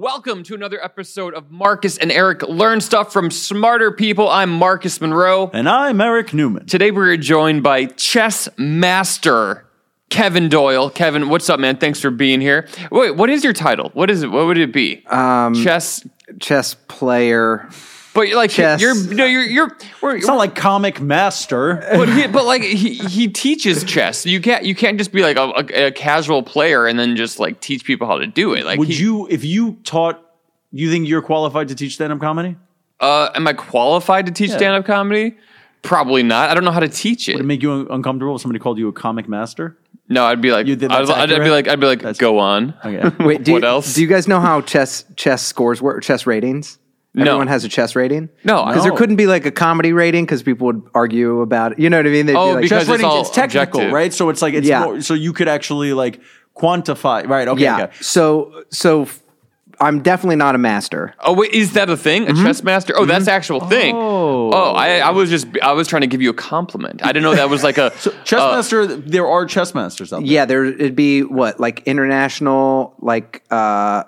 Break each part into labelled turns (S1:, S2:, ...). S1: Welcome to another episode of Marcus and Eric Learn Stuff from Smarter People. I'm Marcus Monroe.
S2: And I'm Eric Newman.
S1: Today we are joined by chess master Kevin Doyle. Kevin, what's up, man? Thanks for being here. Wait, what is your title? What is it? What would it be? Um, chess.
S3: chess player.
S1: But you're like
S3: chess.
S1: you're no you're you're we're,
S2: It's not like comic master.
S1: but, he, but like he, he teaches chess. You can't you can't just be like a, a, a casual player and then just like teach people how to do it. Like
S2: Would
S1: he-
S2: you, if you taught, you think you're qualified to teach stand up comedy?
S1: Uh, am I qualified to teach stand up comedy? Probably not. I don't know how to teach it.
S2: Would it make you un- uncomfortable if somebody called you a comic master?
S1: No, I'd be like,
S2: You did-
S1: I'd,
S2: that's
S1: I'd, I'd be
S2: accurate?
S1: like, I'd be like,
S2: That's-
S1: go on.
S2: Okay.
S3: Wait, do
S1: What
S3: you,
S1: else?
S3: Do you guys know how chess chess scores work? Chess ratings. Everyone has a chess rating.
S1: No,
S3: because
S1: no.
S3: there couldn't be like a comedy rating because people would argue about. It. You know what I mean? They'd
S1: Oh,
S3: be like,
S1: because
S2: Chess
S1: it's
S2: rating,
S1: all
S2: it's technical,
S1: objective.
S2: right? So it's like, it's
S3: Yeah.
S2: more, so you could actually like quantify, right? Okay.
S3: yeah.
S2: okay.
S3: So so f- I'm definitely not a master.
S1: Oh, wait, is that a thing?
S2: Mm-hmm.
S1: A chess master? Oh, that's the actual thing. Oh, I, I was just, I was trying to give you a compliment. I didn't know that was like a
S2: Chess
S1: uh,
S2: master, there are chess masters out there.
S3: Yeah, there it'd be what like international like uh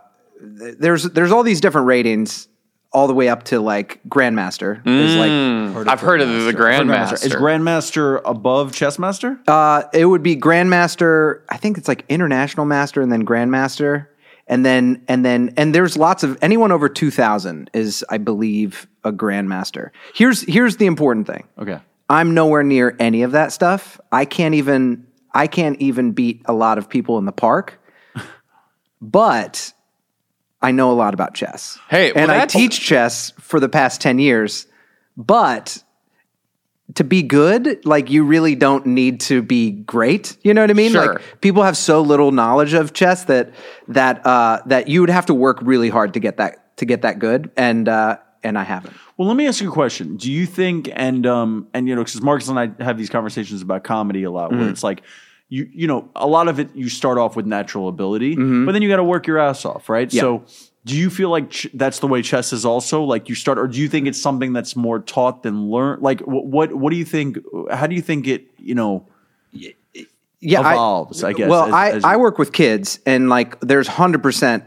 S3: th- there's there's all these different ratings all the way up to like grandmaster. There's like
S1: I've heard of the grandmaster.
S2: Is grandmaster above chess master?
S3: Uh, it would be grandmaster. I think it's like international master, and then grandmaster, and then and then and there's lots of anyone over two thousand is, I believe, a grandmaster. Here's here's the important thing.
S2: okay.
S3: I'm nowhere near any of that stuff. I can't even I can't even beat a lot of people in the park, but I know a lot about chess.
S1: Hey, well,
S3: and I
S1: that's-
S3: teach chess for the past ten years, but to be good, like you really don't need to be great. You know what I mean?
S1: Sure.
S3: Like people have so little knowledge of chess that that uh, that you would have to work really hard to get that to get that good, and uh, and I haven't.
S2: Well, let me ask you a question. Do you think and um and you know because Marcus and I have these conversations about comedy a lot,
S3: Mm-hmm.
S2: where it's like you you know a lot of it you start off with natural ability,
S3: Mm-hmm.
S2: but then you got to work your ass off, right? So. Do you feel like ch- that's the way chess is also like you start, or do you think it's something that's more taught than learned? Like, wh- what what do you think? How do you think it you know
S3: Yeah, I-
S2: evolves? I, guess.
S3: Well,
S2: as-
S3: I,
S2: as-
S3: I work with kids and like there's 100%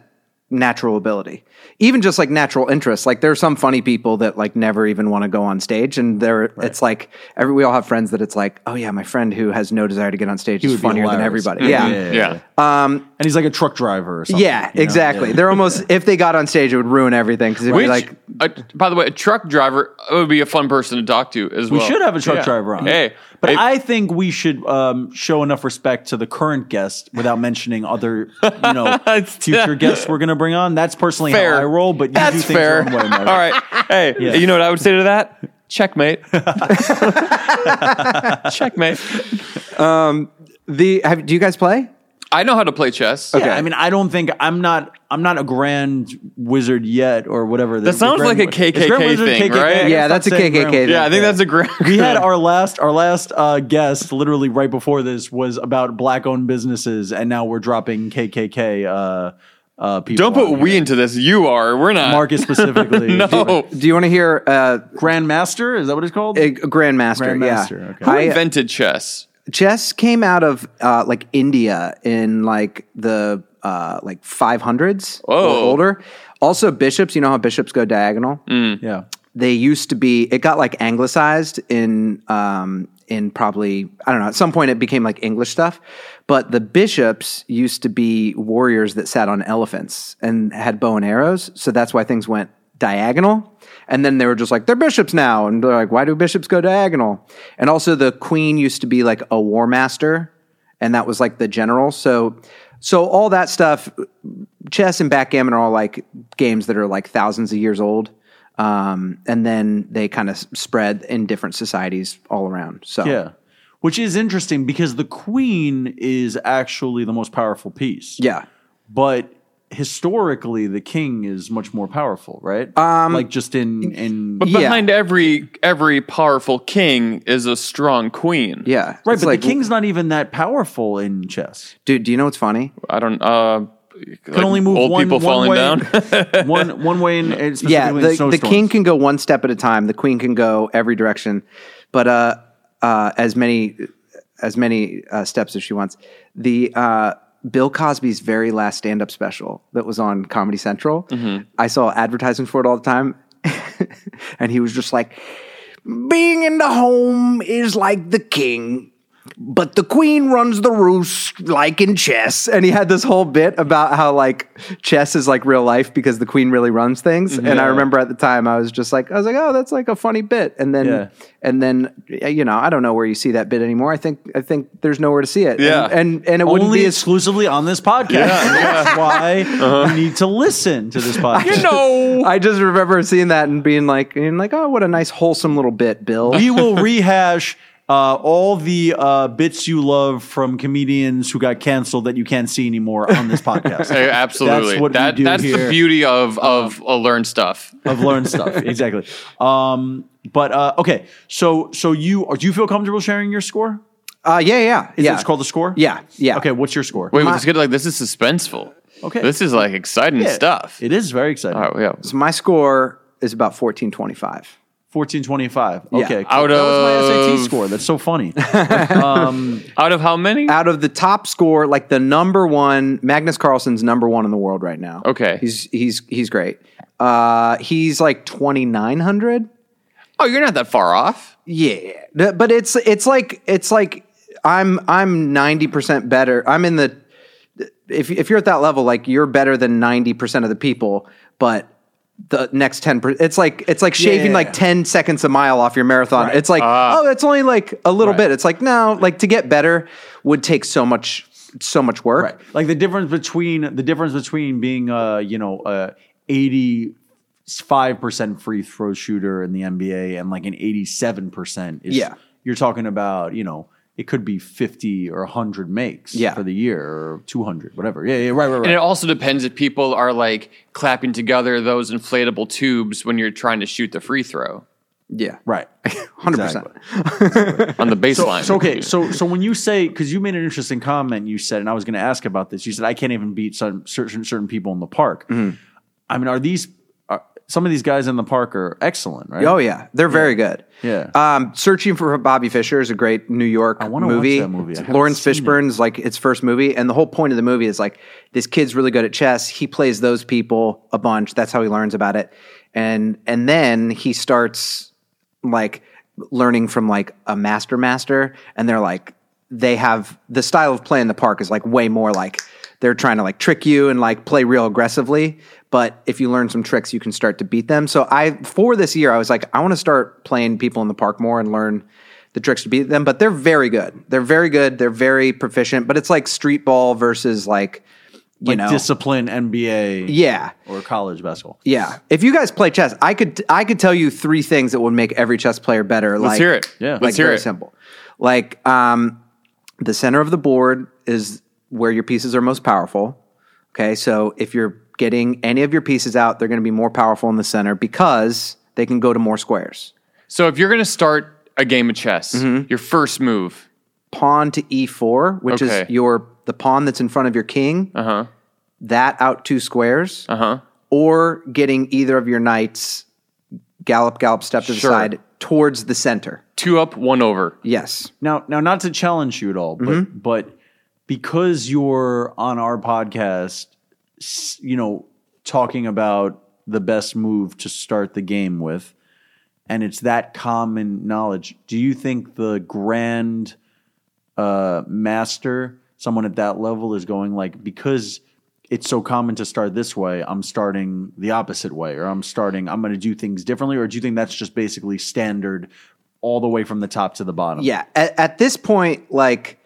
S3: natural ability. Even just like natural interests. Like there are some funny people that like never even want to go on stage and they're it's like every we all have friends that it's like, "Oh yeah, my friend who has no desire to get on stage is
S2: would be
S3: funnier than
S2: hilarious.
S3: everybody."
S2: Yeah,
S3: Yeah.
S2: yeah,
S3: Yeah,
S1: yeah.
S2: and he's like a truck driver or something. you know?
S3: exactly. They're almost if they got on stage it would ruin everything cuz it'd
S1: Which,
S3: be like
S1: uh, by the way, a truck driver would be a fun person to talk to as
S2: We
S1: well.
S2: should have a truck
S1: Yeah.
S2: driver on.
S1: Hey,
S2: but
S1: if-
S2: I think we should um, show enough respect to the current guest without mentioning other, you know, future guests we're going to bring on. That's personally
S1: Fair.
S2: how I roll, but you do
S1: That's
S2: things
S1: fair.
S2: your own way,
S1: All
S2: Mike.
S1: right. Hey, you know what I would say to that? Checkmate. Checkmate.
S3: the have, do you guys play?
S1: I know how to play chess.
S2: Yeah, I mean, I don't think I'm not I'm not a grand wizard yet or whatever.
S1: That sounds like a KKK thing, right? Yeah,
S3: that's a KKK
S1: Yeah, I think that's a great.
S2: We had our last our last uh, guest literally right before this was about black owned businesses, and now we're dropping KKK uh, uh, people.
S1: Don't put
S2: on
S1: we
S2: here.
S1: into this. You are. We're not.
S2: Marcus specifically.
S1: Uh, no.
S3: Do you want to hear uh,
S2: Grandmaster, is that what it's called?
S3: a grandmaster,
S2: Grandmaster,
S3: yeah.
S2: okay.
S1: Who
S3: I-
S1: invented chess?
S3: chess came out of uh, like India in like the uh, like 500s
S1: Whoa.
S3: or older. Also, bishops. You know how bishops go diagonal.
S1: Mm.
S2: yeah.
S3: They used to be. It got like anglicized in um, in probably I don't know. At some point, it became like English stuff. But the bishops used to be warriors that sat on elephants and had bow and arrows. So that's why things went diagonal. And then they were just like, they're bishops now. And they're like, why do bishops go diagonal? And also, the queen used to be like a war master and that was like the general. So, so all that stuff, chess and backgammon are all like games that are like thousands of years old. Um, and then they kind of spread in different societies all around. So,
S2: Yeah. Which is interesting because the queen is actually the most powerful piece.
S3: yeah.
S2: But historically the king is much more powerful, right? Um like just in in
S1: But
S3: Yeah.
S1: behind every every powerful king is a strong queen.
S3: Yeah.
S2: Right,
S3: It's
S2: but
S3: like,
S2: the king's not even that powerful in chess.
S3: dude, do you know what's funny?
S1: I don't. Uh, Can
S2: only move
S1: old
S2: one-
S1: people
S2: one
S1: falling
S2: way.
S1: down.
S2: one one way in and specifically
S3: Yeah.
S2: in
S3: The, the
S2: snowstorms.
S3: king can go one step at a time. The queen can go every direction, but, uh, uh, as many, as many, uh, steps as she wants. The, uh, Bill Cosby's very last stand up special that was on Comedy Central.
S2: Mm-hmm.
S3: I saw advertising for it all the time. and he was just like, being in the home is like the king. But the queen runs the roost like in chess. And he had this whole bit about how like chess is like real life because the queen really runs things. And I remember at the time I was just like, I was like, oh, that's like a funny bit. And then
S2: Yeah.
S3: and then you know, I don't know where you see that bit anymore. I think I think there's nowhere to see it.
S1: Yeah.
S3: And and, and it wouldn't
S2: Only
S3: be as
S2: exclusively on this podcast. And That's why
S1: Uh-huh.
S2: you need to listen to this podcast.
S1: You know.
S3: I just remember seeing that and being like, and like, oh, what a nice wholesome little bit, Bill.
S2: we will rehash uh, all the uh, bits you love from comedians who got canceled that you can't see anymore on this podcast.
S1: Hey, absolutely.
S2: That's what we
S1: that,
S2: do
S1: that's the
S2: here. Uh-huh.
S1: beauty of of uh, learn stuff.
S2: of learned stuff. Exactly. Um, but uh, okay, so so you do you feel comfortable sharing your score?
S3: Uh, yeah, yeah,
S2: Is
S3: yeah.
S2: it it's called the score?
S3: Yeah, yeah.
S2: Okay, what's your score?
S1: Wait, it's good. Like this is suspenseful.
S2: Okay.
S1: this Uh, is like exciting
S2: Yeah,
S1: stuff.
S2: It is very exciting.
S1: All right, yeah.
S3: So my score is about fourteen twenty five.
S2: Fourteen twenty-five.
S3: Yeah.
S2: Okay,
S1: Out
S2: that was my
S1: of-
S2: SAT score. That's so funny.
S1: Out of how many?
S3: Out of the top score, like the number one, Magnus Carlsen's number one in the world right now.
S1: Okay.
S3: he's he's he's great. Uh, he's like twenty nine hundred.
S1: oh, you're not that far off.
S3: Yeah, Th- but it's it's like it's like I'm I'm ninety percent better. I'm in the if if you're at that level, like you're better than ninety percent of the people, but the next ten percent, it's like it's like shaving
S2: yeah, Ah.
S3: like
S2: yeah.
S3: ten seconds a mile off your marathon. It's like oh, that's only like a little bit. It's like no, like to get better would take so much so much work.
S2: Right. Like the difference between the difference between being uh, you know, uh 85% free throw shooter in the NBA and like an 87% is
S3: Yeah.
S2: you're talking about, you know, it could be 50 or 100 makes
S3: Yeah.
S2: for the year or 200, whatever. Yeah, yeah, right, right,
S1: And
S2: right.
S1: it also depends if people are like clapping together those inflatable tubes when you're trying to shoot the free throw
S3: Yeah,
S2: right.
S3: hundred
S2: Exactly.
S3: percent.
S1: on the baseline.
S2: So okay, so so when you say because you made an interesting comment, you said, and I was going to ask about this. You said I can't even beat some certain certain people in the park.
S3: Mm-hmm.
S2: I mean, are these are, some of these guys in the park are excellent, right?
S3: Oh yeah, they're very good.
S2: Yeah.
S3: Um, Searching for Bobby Fischer is a great New York
S2: wanna watch
S3: movie.
S2: that movie. I
S3: It's
S2: haven't
S3: Lawrence
S2: seen it.
S3: Fishburne's like its first movie, and the whole point of the movie is like this kid's really good at chess. He plays those people a bunch. That's how he learns about it, and and then he starts like learning from like a master master, and they're like they have the style of play in the park is like way more like they're trying to like trick you and like play real aggressively but if you learn some tricks you can start to beat them so i for this year i was like i want to start playing people in the park more and learn the tricks to beat them but they're very good they're very good they're very proficient but it's like street ball versus like you know
S2: discipline NBA
S3: yeah
S2: or college basketball.
S3: yeah if you guys play chess i could i could tell you three things that would make every chess player better
S1: let's
S3: like
S1: hear it.
S2: Yeah.
S1: let's
S3: like
S1: hear
S3: very
S1: it.
S3: simple. Like um, the center of the board is where your pieces are most powerful. Okay, so if you're getting any of your pieces out, they're going to be more powerful in the center because they can go to more squares.
S1: So if you're gonna start a game of chess, your first move.
S3: Pawn to e4, which
S1: Okay. Uh-huh.
S3: is your the pawn that's in front of your king. Uh huh. That out two squares. Uh huh. Or getting either of your knights gallop gallop step to
S1: Sure.
S3: the side towards the center.
S1: Two up, one over.
S3: Yes.
S2: Now, now, not to challenge you at all, but but because you're on our podcast, s- you know, talking about the best move to start the game with, and it's that common knowledge. Do you think the grand uh, master, someone at that level, is going like because? It's so common to start this way. I'm starting the opposite way, or I'm starting. I'm going to do things differently, or do you think that's just basically standard, all the way from the top to the bottom?
S3: Yeah, at, at this point, like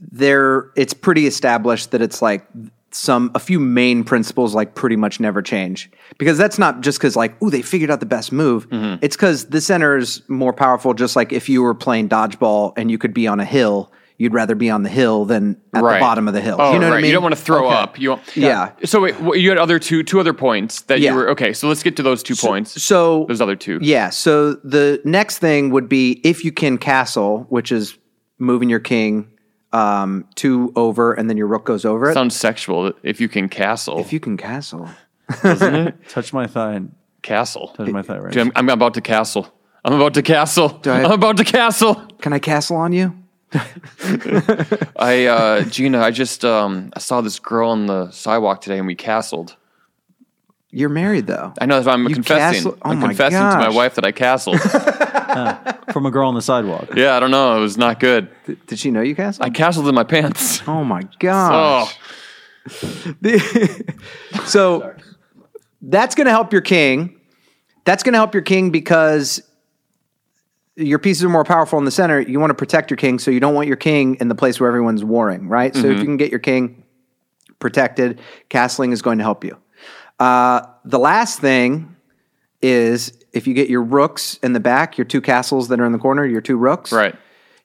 S3: there, it's pretty established that it's like some a few main principles like pretty much never change because that's not just because like oh they figured out the best move.
S1: Mm-hmm.
S3: It's because the center is more powerful. Just like if you were playing dodgeball and you could be on a hill, you'd rather be on the hill than at
S1: Right.
S3: the bottom of the hill.
S1: Oh,
S3: you know
S1: right.
S3: what I mean?
S1: You don't want to throw up. You want,
S3: Yeah.
S1: So wait, wh- you had other two two other points that
S3: Yeah.
S1: you were okay. So let's get to those two points.
S3: So
S1: Those other two.
S3: Yeah. So the next thing would be if you can castle, which is moving your king um two over and then your rook goes over it.
S1: Sounds sexual. If you can castle,
S3: If you can castle.
S2: Touch my thigh. and
S1: castle.
S2: Touch my thigh. Right.
S1: Dude, I'm, I'm about to castle. I'm about to castle.
S3: I-
S1: I'm about to castle.
S3: Can I castle on you?
S1: I uh, Gina, I just um, I saw this girl on the sidewalk today, and we castled.
S3: You're married though.
S1: I know if I'm
S3: You
S1: confessing,
S3: castle- oh
S1: I'm
S3: my
S1: confessing to my
S3: gosh.
S1: wife that I castled.
S2: from a girl on the sidewalk.
S1: yeah, I don't know, it was not good.
S3: Did she know you castled?
S1: I castled in my pants.
S3: oh my
S1: Oh,
S3: gosh. The- so that's going to help your king. That's going to help your king because your pieces are more powerful in the center. You want to protect your king, so you don't want your king in the place where everyone's warring, right? So if you can get your king protected, castling is going to help you. Uh, the last thing is if you get your rooks in the back, your two castles that are in the corner, your two rooks,
S1: right.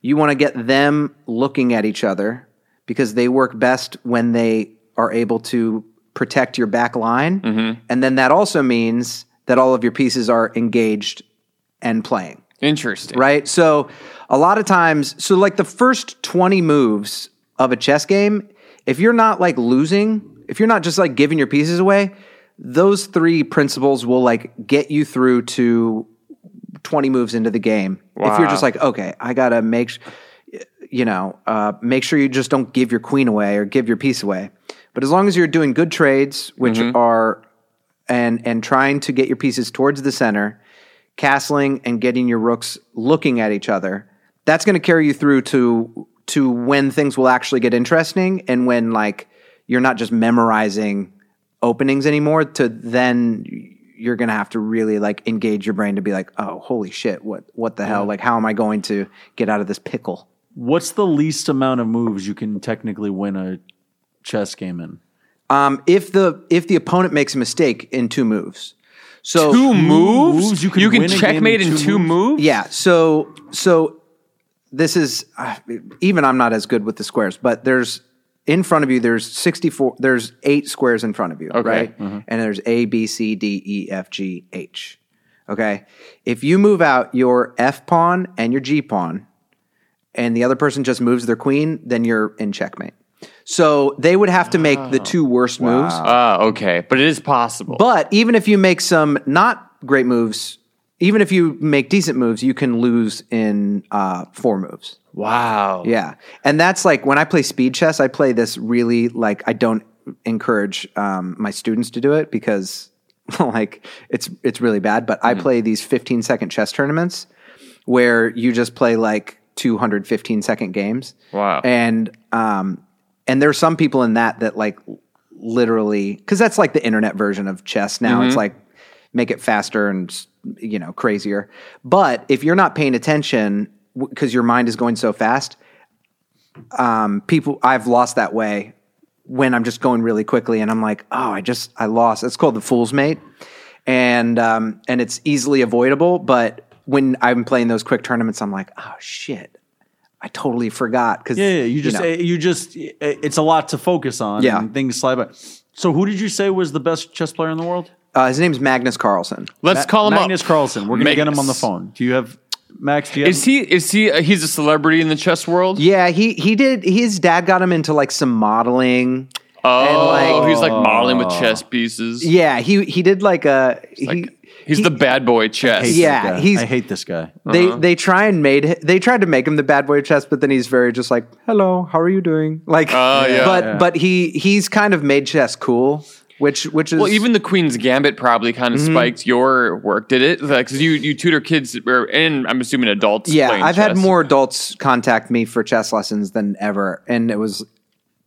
S3: you want to get them looking at each other because they work best when they are able to protect your back line. And then that also means that all of your pieces are engaged and playing,
S1: Interesting.
S3: right? So, a lot of times, so like the first 20 moves of a chess game, if you're not like losing, if you're not just like giving your pieces away, those three principles will like get you through to 20 moves into the game. If you're
S1: Wow.
S3: just like, okay, I got to make, s- you know, uh, make sure you just don't give your queen away or give your piece away. But as long as you're doing good trades, which are, and, and trying to get your pieces towards the center, castling and getting your rooks looking at each other, that's going to carry you through to, to when things will actually get interesting and when like you're not just memorizing openings anymore to then you're gonna have to really like engage your brain to be like oh holy shit what what the hell like how am i going to get out of this pickle
S2: What's the least amount of moves you can technically win a chess game in?
S3: um if the if the opponent makes a mistake in two moves so
S1: Two moves?
S2: moves?
S1: You
S2: You
S1: can,
S2: can win a game in
S1: checkmate in
S2: two
S1: two moves?
S3: yeah so so this is uh, even i'm not as good with the squares but there's in front of you there's 64 there's eight squares in front of you right
S1: mm-hmm.
S3: and there's a b c d e f g h okay if you move out your f pawn and your g pawn and the other person just moves their queen then you're in checkmate so they would have to make the two worst moves
S1: Ah, okay, but it is possible.
S3: but even if you make some not great moves, even if you make decent moves, you can lose in uh, four moves.
S1: wow.
S3: Yeah. And that's like when I play speed chess, I play this really like I don't encourage um, my students to do it because like it's it's really bad. But
S1: Hmm.
S3: I play these 15 second chess tournaments where you just play like 215 second games.
S1: Wow.
S3: And um and there's some people in that that like literally because that's like the internet version of chess now.
S1: Mm-hmm.
S3: It's like make it faster and you know crazier. But if you're not paying attention because your mind is going so fast, um, people I've lost that way when I'm just going really quickly and I'm like, oh, I just I lost. It's called the fool's mate, and um, and it's easily avoidable. But when I'm playing those quick tournaments, I'm like, oh shit, I totally forgot because
S2: Yeah, yeah, you just
S3: know.
S2: eh, you just eh, it's a lot to focus on.
S3: Yeah.
S2: and things slide by. So, who did you say was the best chess player in the world?
S3: uh, his name's Magnus Carlsen.
S1: Let's call him
S2: Magnus
S1: up.
S2: Carlsen. We're gonna get him on the
S1: Magnus.
S2: phone. Do you have Max? Do you have
S1: Is he? Is he? Uh, he's a celebrity in the chess world.
S3: Yeah, he he did. His dad got him into like some modeling.
S1: Oh,
S3: and, like-
S1: he's like modeling with chess pieces.
S3: Yeah, he he did like a he,
S1: Like, he's the bad boy chess.
S3: Yeah.
S2: This guy.
S3: he's-
S2: I hate this guy.
S3: They
S1: Uh-huh.
S3: they try and made hi- they tried to make him the bad boy chess, but then he's very just like, "Hello, how are you doing?" Like,
S1: Oh, yeah.
S3: but
S2: Yeah.
S3: but he he's kind of made chess cool, which which is Mm-hmm.
S1: Well, even the Queen's Gambit probably kind of spiked your work, did it? Like, 'cause you you tutor kids, or, and I'm assuming adults.
S3: yeah.
S1: playing
S3: I've had
S1: chess.
S3: more adults contact me for chess lessons than ever, and it was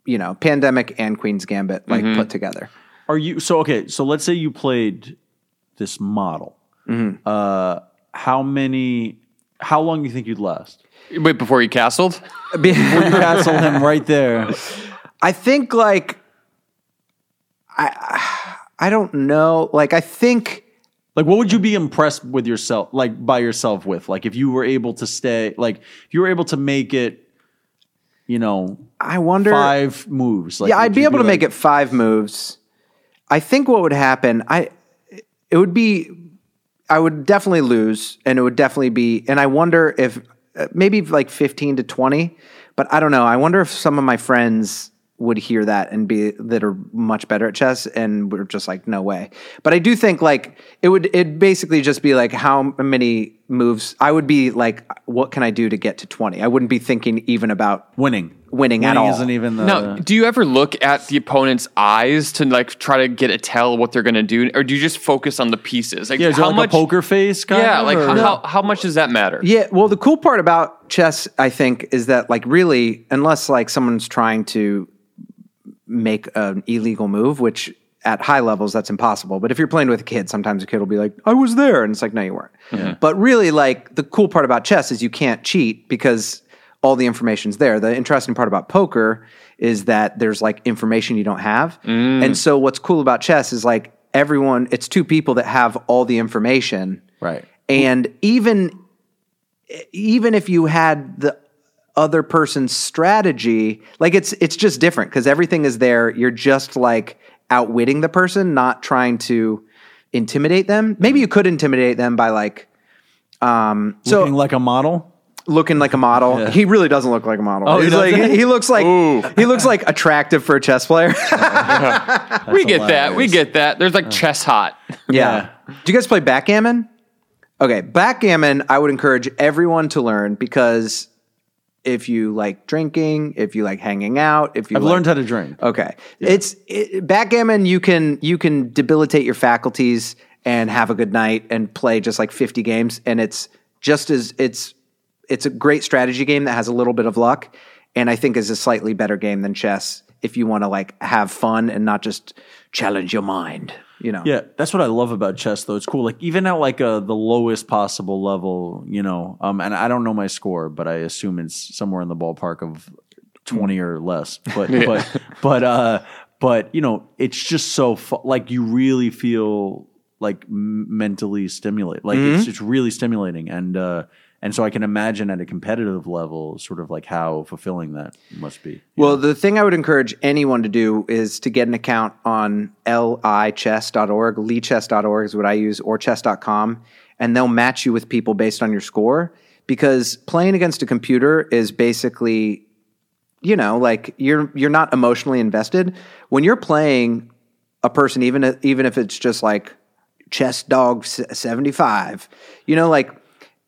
S3: you know pandemic and Queen's Gambit like
S1: Mm-hmm.
S3: put together.
S2: Are you so okay? So let's say you played this model.
S3: Mm-hmm.
S2: Uh, how many? How long do you think you'd last?
S1: Wait, before he castled,
S2: You castle him right there.
S3: I think like I I don't know. Like I think
S2: Like, what would you be impressed with yourself, like by yourself with? Like, if you were able to stay, like, if you were able to make it, you know,
S3: I wonder.
S2: five moves. Like,
S3: yeah, I'd be able to make it five moves. I think what would happen, I it would be I would definitely lose and it would definitely be and I wonder if uh, maybe like 15 to 20, but I don't know. I wonder if some of my friends would hear that and be that are much better at chess and we're just like no way but i do think like it would it basically just be like how many moves i would be like what can i do to get to 20 i wouldn't be thinking even about
S2: Winning.
S3: Winning at all.
S2: isn't even the.
S3: Uh.
S1: Now, do you ever look at the opponent's eyes to like try to get a tell what they're going to do, or do you just focus on the pieces? Like
S2: yeah, is it
S1: how
S2: like
S1: much
S2: a poker face? Kind
S1: Yeah,
S2: of,
S1: like
S2: or-
S1: how, how, how much does that matter?
S3: Yeah, well, the cool part about chess, I think, is that like really, unless like someone's trying to make an illegal move, which at high levels that's impossible. But if you're playing with a kid, sometimes a kid will be like, "I was there," and it's like, "No, you weren't." But really, like the cool part about chess is you can't cheat because all the information's there. The interesting part about poker is that there's like information you don't have, and so what's cool about chess is like everyone, it's two people that have all the information,
S2: Right.
S3: and even even if you had the other person's strategy, like it's it's just different because everything is there. You're just like outwitting the person, not trying to intimidate them. Maybe you could intimidate them by like um so
S2: Looking like a model.
S3: looking like a model. He really doesn't look like a model.
S2: Oh, he
S3: He's like
S2: doesn't?
S3: he looks like he looks like attractive for a chess player.
S1: we get that. We get that. There's
S3: Uh.
S1: like chess hot.
S3: Yeah. Do you guys play backgammon? Okay, backgammon, I would encourage everyone to learn because if you like drinking, if you like hanging out, if you
S2: I've
S3: like-
S2: learned how to drink.
S3: Okay, it's it, backgammon. You can you can debilitate your faculties and have a good night and play just like fifty games, and it's just as it's it's a great strategy game that has a little bit of luck, and I think is a slightly better game than chess if you want to like have fun and not just challenge your mind. You know,
S2: Yeah, that's what I love about chess, though. It's cool. Like even at like uh, the lowest possible level, you know. Um, and I don't know my score, but I assume it's somewhere in the ballpark of twenty or less. But but but uh, but you know, it's just so fu- like you really feel like m- mentally stimulate. Like it's it's really stimulating, and uh, and so I can imagine at a competitive level, sort of like how fulfilling that must be.
S3: Well, the thing I would encourage anyone to do is to get an account on lichess.org. Leechess.org is what I use, or chess.com, and they'll match you with people based on your score because playing against a computer is basically, you know, like you're you're not emotionally invested. When you're playing a person, even even if it's just like chess dog s- 75, you know, like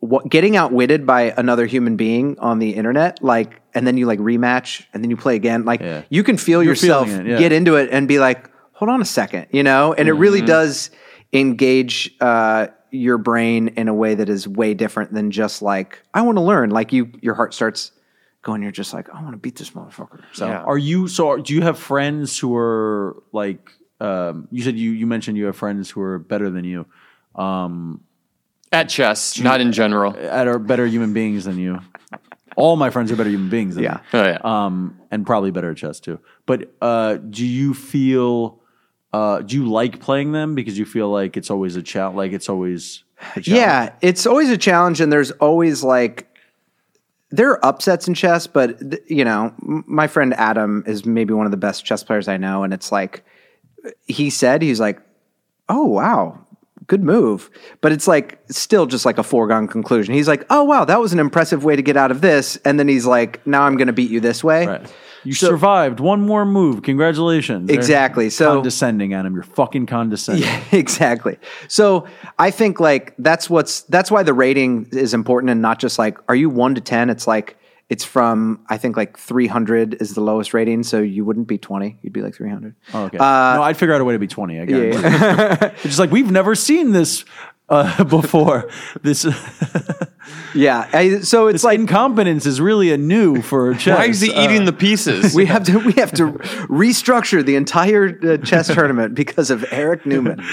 S3: what, getting outwitted by another human being on the internet, like, and then you like rematch and then you play again. Like,
S2: Yeah.
S3: you can feel yourself
S2: feeling it, yeah.
S3: get into it and be like, hold on a second, you know? And it really does engage uh, your brain in a way that is way different than just like, I want to learn. Like, you, your heart starts going, you're just like, I want to beat this motherfucker. So,
S2: Are you so? Are, do you have friends who are like? Um, you said you you mentioned you have friends who are better than you,
S1: At chess, not in general.
S2: at are better human beings than you. All my friends are better human beings than
S3: Yeah.
S2: me.
S1: Oh, yeah.
S3: Uh,
S2: Um, and probably better at chess too. But uh, do you feel? Uh, do you like playing them because you feel like it's always a challenge? Like it's always a challenge?
S3: Yeah, it's always a challenge, and there's always like there are upsets in chess, but th- you know, m- my friend Adam is maybe one of the best chess players I know, and it's like he said he's like, oh wow. Good move, but it's like still just like a foregone conclusion. He's like, "Oh wow, that was an impressive way to get out of this," and then he's like, "Now I'm going to beat you this way."
S2: Right. You survived one more move. Congratulations.
S3: Exactly. So-
S2: condescending, Adam. You're fucking condescending.
S3: exactly. So I think like that's what's that's why the rating is important and not just like are you one to ten? It's like it's from I think like three hundred is the lowest rating, so you wouldn't be twenty, you'd be like three hundred.
S2: Oh, okay.
S3: Uh,
S2: no, I'd figure out a way to be 20. I guarantee. it's just like, we've never seen this uh, before. this
S3: Yeah, I, so it's
S2: this
S3: like
S2: incompetence is really a new for chess. uh,
S1: Why is he
S3: uh. e-
S1: eating the pieces?
S3: we have to we have to restructure the entire uh, chess tournament because of Eric Newman.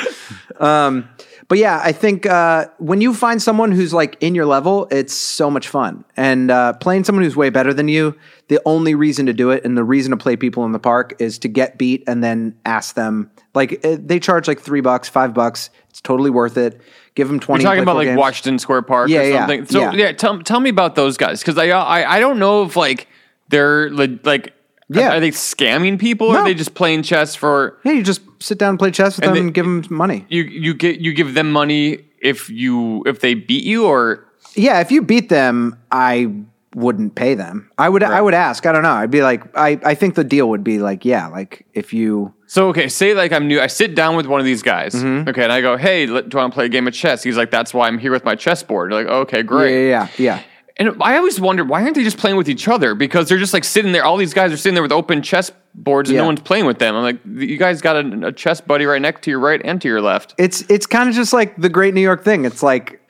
S3: Um, but yeah, I think uh, when you find someone who's like in your level, it's so much fun. And uh, playing someone who's way better than you, the only reason to do it and the reason to play people in the park is to get beat and then ask them. Like it, they charge like three bucks, five bucks. It's totally worth it. Give them twenty.
S1: You're talking
S3: and play
S1: about
S3: full
S1: like
S3: games.
S1: Washington Square Park
S3: Yeah,
S1: or
S3: yeah,
S1: something. so
S3: yeah.
S1: yeah, tell tell me about those guys because I, I I don't know if like they're li- like
S3: Yeah.
S1: are, they scamming people or
S3: No.
S1: are they just playing chess for
S3: Yeah, you just sit down and play chess with them
S1: they-
S3: and give them money.
S1: you you get you give them money if you if they beat you or
S3: Yeah, if you beat them, I wouldn't pay them. I would I would ask. I don't know. I'd be like I I think the deal would be like yeah, like if you
S1: So okay, say like I'm new. I sit down with one of these guys,
S3: Mm-hmm.
S1: okay, and I go, "Hey, let- do you want to play a game of chess?" He's like, "That's why I'm here with my chessboard." You're like, "Okay, great."
S3: yeah yeah yeah.
S1: And I always wonder why aren't they just playing with each other? Because they're just like sitting there. All these guys are sitting there with open chess boards, and
S3: Yeah.
S1: no one's playing with them. I'm like, you guys got a, a chess buddy right next to your right and to your left.
S3: It's it's kind of just like the Great New York thing. It's like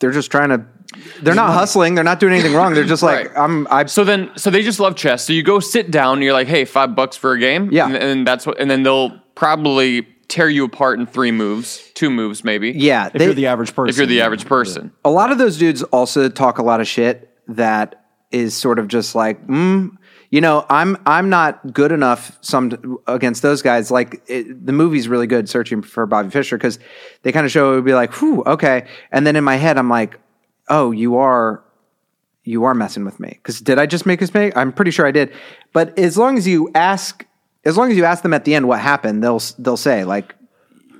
S3: they're just trying to. They're not hustling. They're not doing anything wrong. They're just like
S1: Right.
S3: I'm. I
S1: So then, so they just love chess. So you go sit down, and you're like, "Hey, five bucks for a game."
S3: Yeah.
S1: and, and that's what. And then they'll probably tear you apart in three moves, two moves maybe.
S3: yeah.
S2: If you're the average person.
S1: if you're the average person.
S3: a lot of those dudes also talk a lot of shit that is sort of just like, mm, you know, I'm I'm not good enough some against those guys. Like it, the movie's really good, searching for Bobby Fischer because they kind of show it would be like, whew, okay, and then in my head I'm like, oh, you are you are messing with me because did I just make a mistake? I'm pretty sure I did. But as long as you ask, as long as you ask them at the end what happened, they'll they'll say like.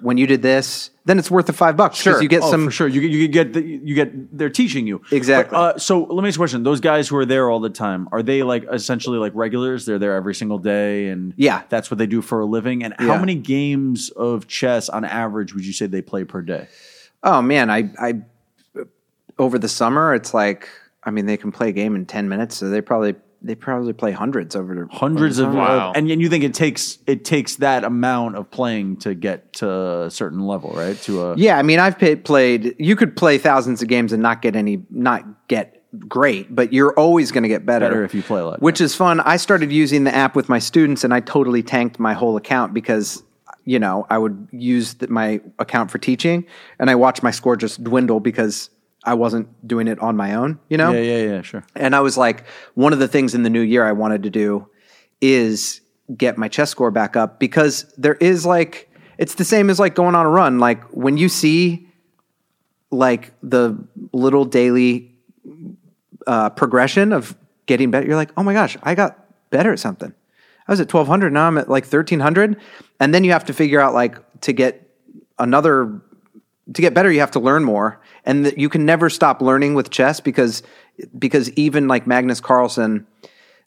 S3: When you did this, then it's worth the five bucks because
S1: Sure.
S3: you get
S2: Oh,
S3: some
S2: for sure. You get- you get the, you get they're teaching you
S3: Exactly.
S2: But, uh, so let me ask you a question: Those guys who are there all the time are they like essentially like regulars? They're there every single day, and
S3: Yeah.
S2: that's what they do for a living. And how
S3: Yeah.
S2: many games of chess on average would you say they play per day?
S3: Oh man, I, I over the summer it's like I mean they can play a game in ten minutes, so they probably they probably play hundreds over
S2: Hundreds of,
S1: Wow.
S2: of- and and you think it takes it takes that amount of playing to get to a certain level, right? To a
S3: Yeah, I mean I've pa played. You could play thousands of games and not get any, not get great, but you're always going to get better
S2: Better if you play a lot,
S3: Which is fun. I started using the app with my students, and I totally tanked my whole account because you know I would use th my account for teaching, and I watched my score just dwindle because I wasn't doing it on my own. You know.
S2: yeah, yeah, yeah, sure.
S3: And I was like, one of the things in the new year I wanted to do is get my chess score back up because there is like, it's the same as like going on a run. Like when you see like the little daily uh, progression of getting better, you're like, oh my gosh, I got better at something. I was at 1200, now I'm at like 1300. And then you have to figure out like to get another to get better you have to learn more and that you can never stop learning with chess because because even like Magnus Carlsen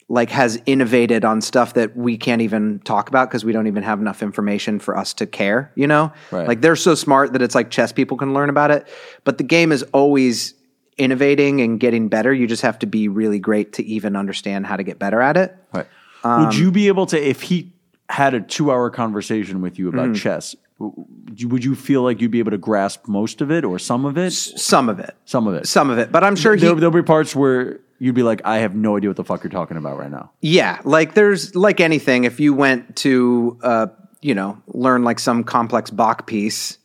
S3: like has innovated on stuff that we can't even talk about because we don't even have enough information for us to care you know
S2: Right.
S3: like they're so smart that it's like chess people can learn about it but the game is always innovating and getting better you just have to be really great to even understand how to get better at it
S2: Right. Would you be able to, if he had a two-hour conversation with you about chess, w- would you- would you feel like you'd be able to grasp most of it or some of it?
S3: some of it
S2: Some of it.
S3: some of it but i'm sure he
S2: There, will be parts where you'd be like, "I have no idea what the fuck you're talking about right now."
S3: Yeah, like there's like anything. If you went to uh, you know learn like some complex Bach piece,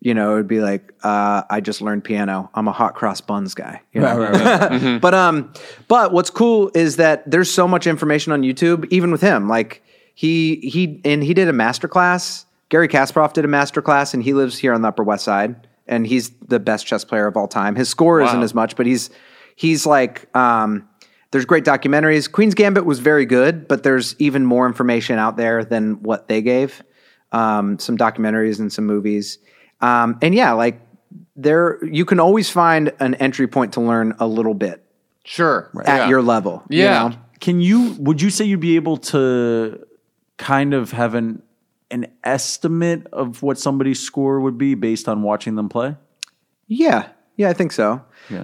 S3: you know, it would be like uh, I just learned piano. I'm a hot cross buns guy. You know? but um, but what's cool is that there's so much information on YouTube, even with him. Like he he and he did a master class. Gary Kasparov did a master class, and he lives here on the Upper West Side, and he's the best chess player of all time. His score isn't as much, but he's he's like um, there's great documentaries. Queen's Gambit was very good, but there's even more information out there than what they gave. Um, some documentaries and some movies, um, and yeah, like there you can always find an entry point to learn a little bit
S1: Sure.
S3: at
S1: Yeah.
S3: your level. you
S1: Yeah.
S3: know?
S2: Can you? Would you say you'd be able to kind of have an an estimate of what somebody's score would be based on watching them play?
S3: Yeah. Yeah, I think so.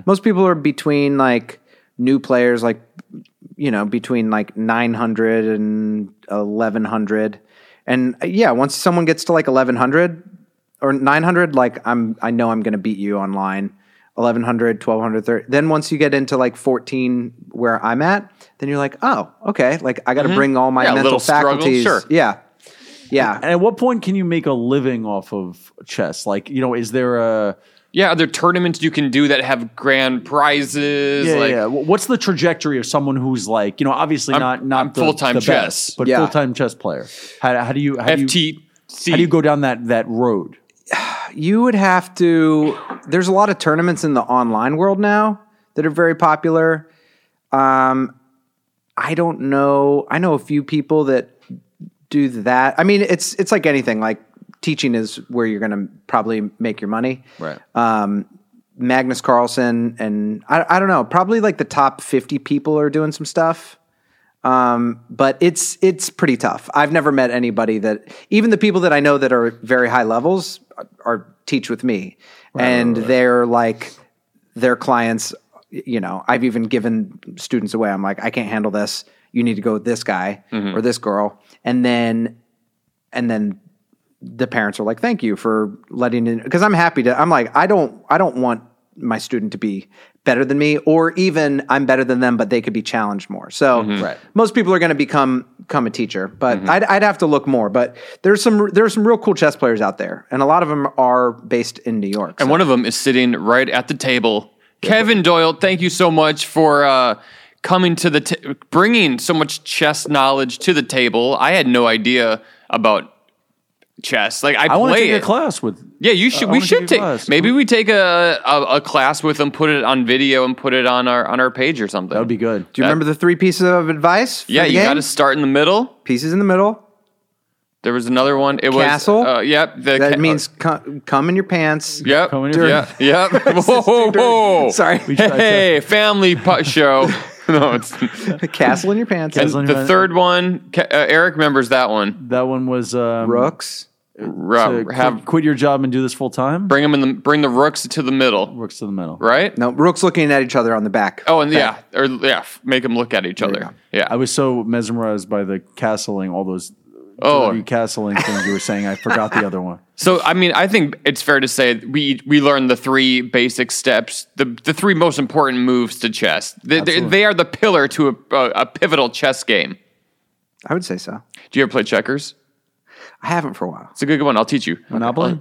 S3: Most people are between like new players, like, you know, between like 900 and 1100. And uh, yeah, once someone gets to like 1100 or 900, like I'm, I know I'm going to beat you online. 1100, 1200, 30. Then once you get into like 14 where I'm at, then you're like, oh, okay. Like I got to bring all my
S1: Mm-hmm. Yeah, a
S3: mental
S1: little struggle,
S3: faculties.
S1: sure.
S3: Yeah. Yeah.
S2: And at what point can you make a living off of chess? Like, you know, is there a
S1: Yeah, are there tournaments you can do that have grand prizes?
S2: yeah,
S1: like,
S2: yeah. Wh- What's the trajectory of someone who's like, you know, obviously not not
S1: I'm
S2: the-
S1: full-time
S2: the
S1: chess.
S2: best, but
S3: Yeah.
S2: full time chess player? How, how do you how do you,
S1: FTC.
S2: how do you go down that that road?
S3: you would have to there's a lot of tournaments in the online world now that are very popular um i don't know i know a few people that do that i mean it's it's
S2: Uh,
S3: like anything like teaching is where you're going to probably make your money
S2: Right.
S3: um Magnus Carlsen and I, I don't know, probably like the top 50 people are doing some stuff. Um, but it's it's pretty tough. I've never met anybody that even the people that I know that are very high levels are, are teach with me, and they're like their clients. You know, I've even given students away. I'm like, I can't handle this. You need to go with this guy or this girl, and then and then the parents are like, "Thank you for letting in," because I'm happy to. I'm like, I don't, I don't want my student to be better than me, or even I'm better than them, but they could be challenged more. So,
S2: Right.
S3: most people are going to become become a teacher, but
S1: Mm-hmm.
S3: I'd, I'd have to look more. But there's some there's some real cool chess players out there, and a lot of them are based in New York.
S1: And
S3: so-
S1: one of them is sitting right at the table. Kevin Doyle, thank you so much for uh, coming to the t- bringing so much chess knowledge to the table. I had no idea about chess. Like I,
S2: I want to
S1: play
S2: take
S1: it.
S2: a class with.
S1: Yeah, you should.
S2: I
S1: we
S2: wanna
S1: should
S2: take a
S1: take.
S2: class.
S1: Maybe we take a, a a class with them, put it on video, and put it on our on our page or something.
S2: That would be good.
S3: Do you remember the three pieces of advice? for
S1: yeah,
S3: the
S1: you
S3: game?
S1: got to start in the middle.
S3: pieces in the middle.
S1: There was another one. It
S3: Castle?
S1: was uh, yep. The
S3: That
S1: ca-
S3: means cum, cum in your pants.
S1: Yep.
S2: Coming in.
S1: Yeah. Yep. Whoa. whoa.
S3: Sorry.
S1: Hey, hey, family pu- show. no, it's
S3: Castle in your pants.
S2: Castle in-
S1: the third one. Ca- Uh, Eric remembers that one.
S2: That one was um,
S3: Rooks.
S1: Ru-
S2: to quit-
S1: Um, have
S2: quit your job and do this full time.
S1: bring them in the bring the rooks to the middle,
S2: Works to the middle.
S1: right?
S3: No, rooks looking at each other on the back.
S1: Oh, and yeah, or yeah, f- make them look at each other.
S2: I
S1: Yeah.
S2: was so mesmerized by the castling, all those
S1: Oh.
S2: dirty castling things you were saying. I forgot the other one.
S1: So I mean, I think it's fair to say we we learned the three basic steps, the the three most important moves to chess. They, they, they are the pillar to a, a, a pivotal chess game.
S3: I would say so.
S1: Do you ever play checkers?
S3: I haven't for a while.
S1: It's a good one. I'll teach you.
S2: Monopoly.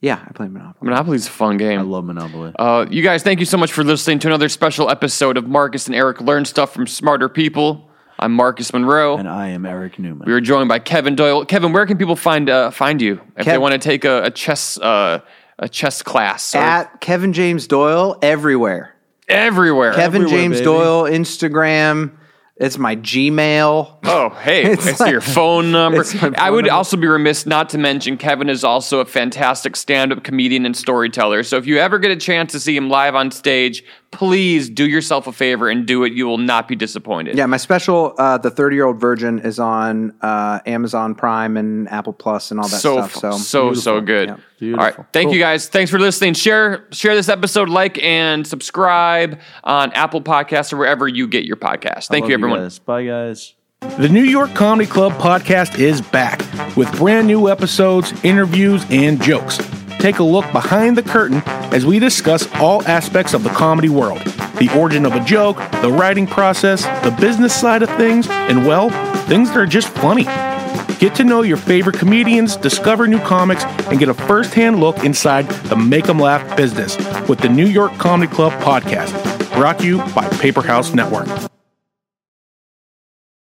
S3: Yeah, I play Monopoly.
S1: Monopoly's a fun game.
S2: I love Monopoly.
S1: Uh, you guys, thank you so much for listening to another special episode of Marcus and Eric Learn Stuff from Smarter People. I'm Marcus Monroe.
S2: and I am Eric Newman.
S1: we were joined by Kevin Doyle. Kevin, where can people find uh, find you if they
S3: Kev-
S1: want to take a, a chess uh, a chess class? or-
S3: At Kevin James Doyle everywhere.
S1: everywhere.
S3: Kevin
S2: Everywhere,
S3: James
S2: baby.
S3: Doyle Instagram. It's my Gmail.
S1: Oh, hey, it's,
S3: It's like-
S1: your phone number.
S3: It's my phone
S1: I would
S3: number.
S1: also be remiss not to mention Kevin is also a fantastic stand up comedian and storyteller. So if you ever get a chance to see him live on stage, please do yourself a favor and do it. You will not be disappointed.
S3: Yeah, my special, uh, the thirty-year-old virgin, is on uh, Amazon Prime and Apple Plus and all that
S1: so
S3: stuff. So,
S1: so so, good.
S2: Beautiful.
S1: All right, thank you guys. Thanks for listening. Share share this episode, like and subscribe on Apple Podcasts or wherever you get your podcast. Thank
S2: Love
S1: you, everyone.
S2: guys. Bye, guys.
S4: The New York Comedy Club podcast is back with brand new episodes, interviews, and jokes. Take a look behind the curtain as we discuss all aspects of the comedy world the origin of a joke, the writing process, the business side of things, and well, things that are just funny. Get to know your favorite comedians, discover new comics, and get a first-hand look inside the Make 'em Laugh business with the New York Comedy Club podcast, brought to you by Paper House Network.